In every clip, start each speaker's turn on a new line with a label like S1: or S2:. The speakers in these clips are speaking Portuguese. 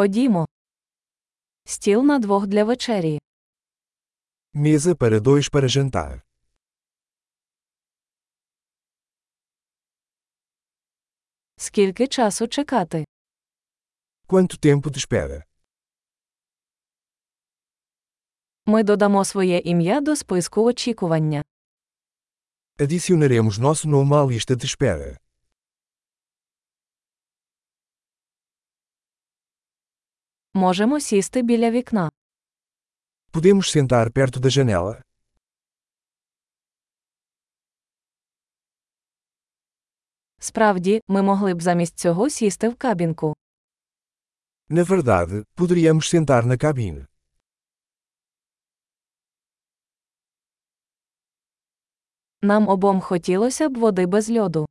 S1: Ходімо. Стіл на двох для вечері.
S2: Mesa para dois para jantar.
S1: Скільки часу чекати?
S2: Quanto tempo de espera?
S1: Ми додамо своє ім'я до списку очікування.
S2: Adicionaremos nosso nome à lista de espera.
S1: Можемо сісти біля вікна.
S2: Podemos sentar perto da janela?
S1: Справді, ми могли б замість цього сісти в кабінку.
S2: Na verdade, poderíamos sentar na cabine.
S1: Нам обом хотілося б води без льоду.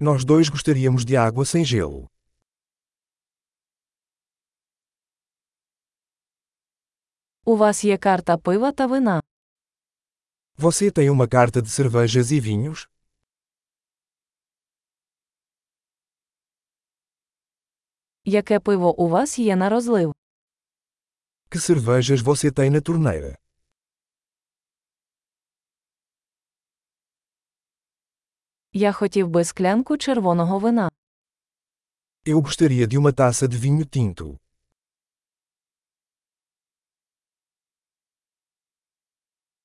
S2: Nós dois gostaríamos de água sem gelo.
S1: У вас є карта пива та вина.
S2: Você tem uma carta de cervejas e vinhos?
S1: Яке пиво у вас є на розлив?
S2: Que cervejas você tem na torneira?
S1: Я хотів би склянку червоного вина.
S2: Eu gostaria de uma taça de vinho tinto.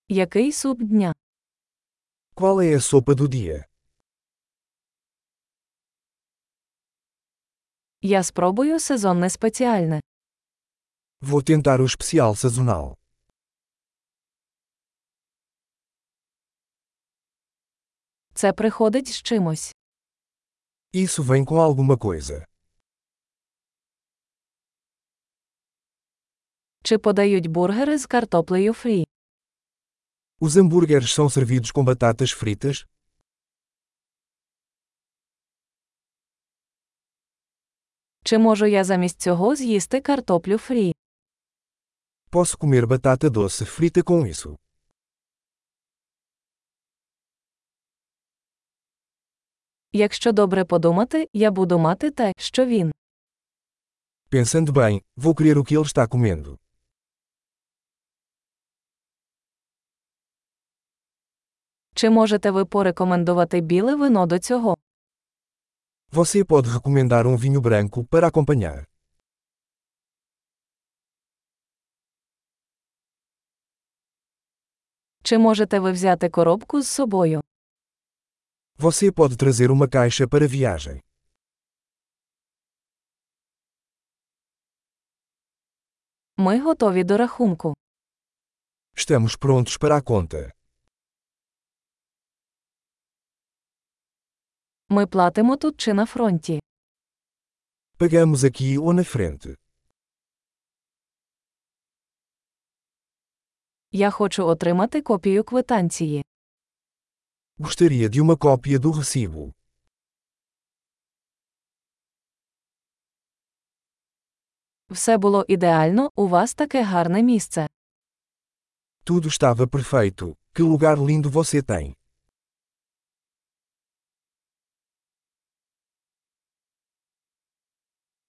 S1: Який суп дня?
S2: Qual é a sopa do dia?
S1: Я спробую сезонне спеціальне.
S2: Vou tentar o especial sazonal.
S1: Це приходить з чимось.
S2: Isso vem com alguma coisa.
S1: Чи подають бургери з картоплею фрі?
S2: Os hambúrgueres são servidos com batatas fritas?
S1: Чи можу я замість цього з'їсти картоплю фрі?
S2: Posso comer batata doce frita com isso.
S1: Якщо добре подумати, я буду мати те, що він.
S2: Pensando bem, vou querer o que ele está comendo.
S1: Чи можете ви порекомендувати біле вино до цього?
S2: Você pode recomendar um vinho branco para acompanhar.
S1: Чи можете ви взяти коробку з собою?
S2: Você pode trazer uma caixa para viagem.
S1: Ми готові до рахунку.
S2: Estamos prontos para a conta.
S1: Ми платимо тут чи на фронті.
S2: Pagamos aqui ou na frente.
S1: Я хочу отримати копію квитанції.
S2: Gostaria de uma cópia do recibo.
S1: Все було ідеально, у вас таке гарне місце.
S2: Tudo estava perfeito. Que lugar lindo você tem!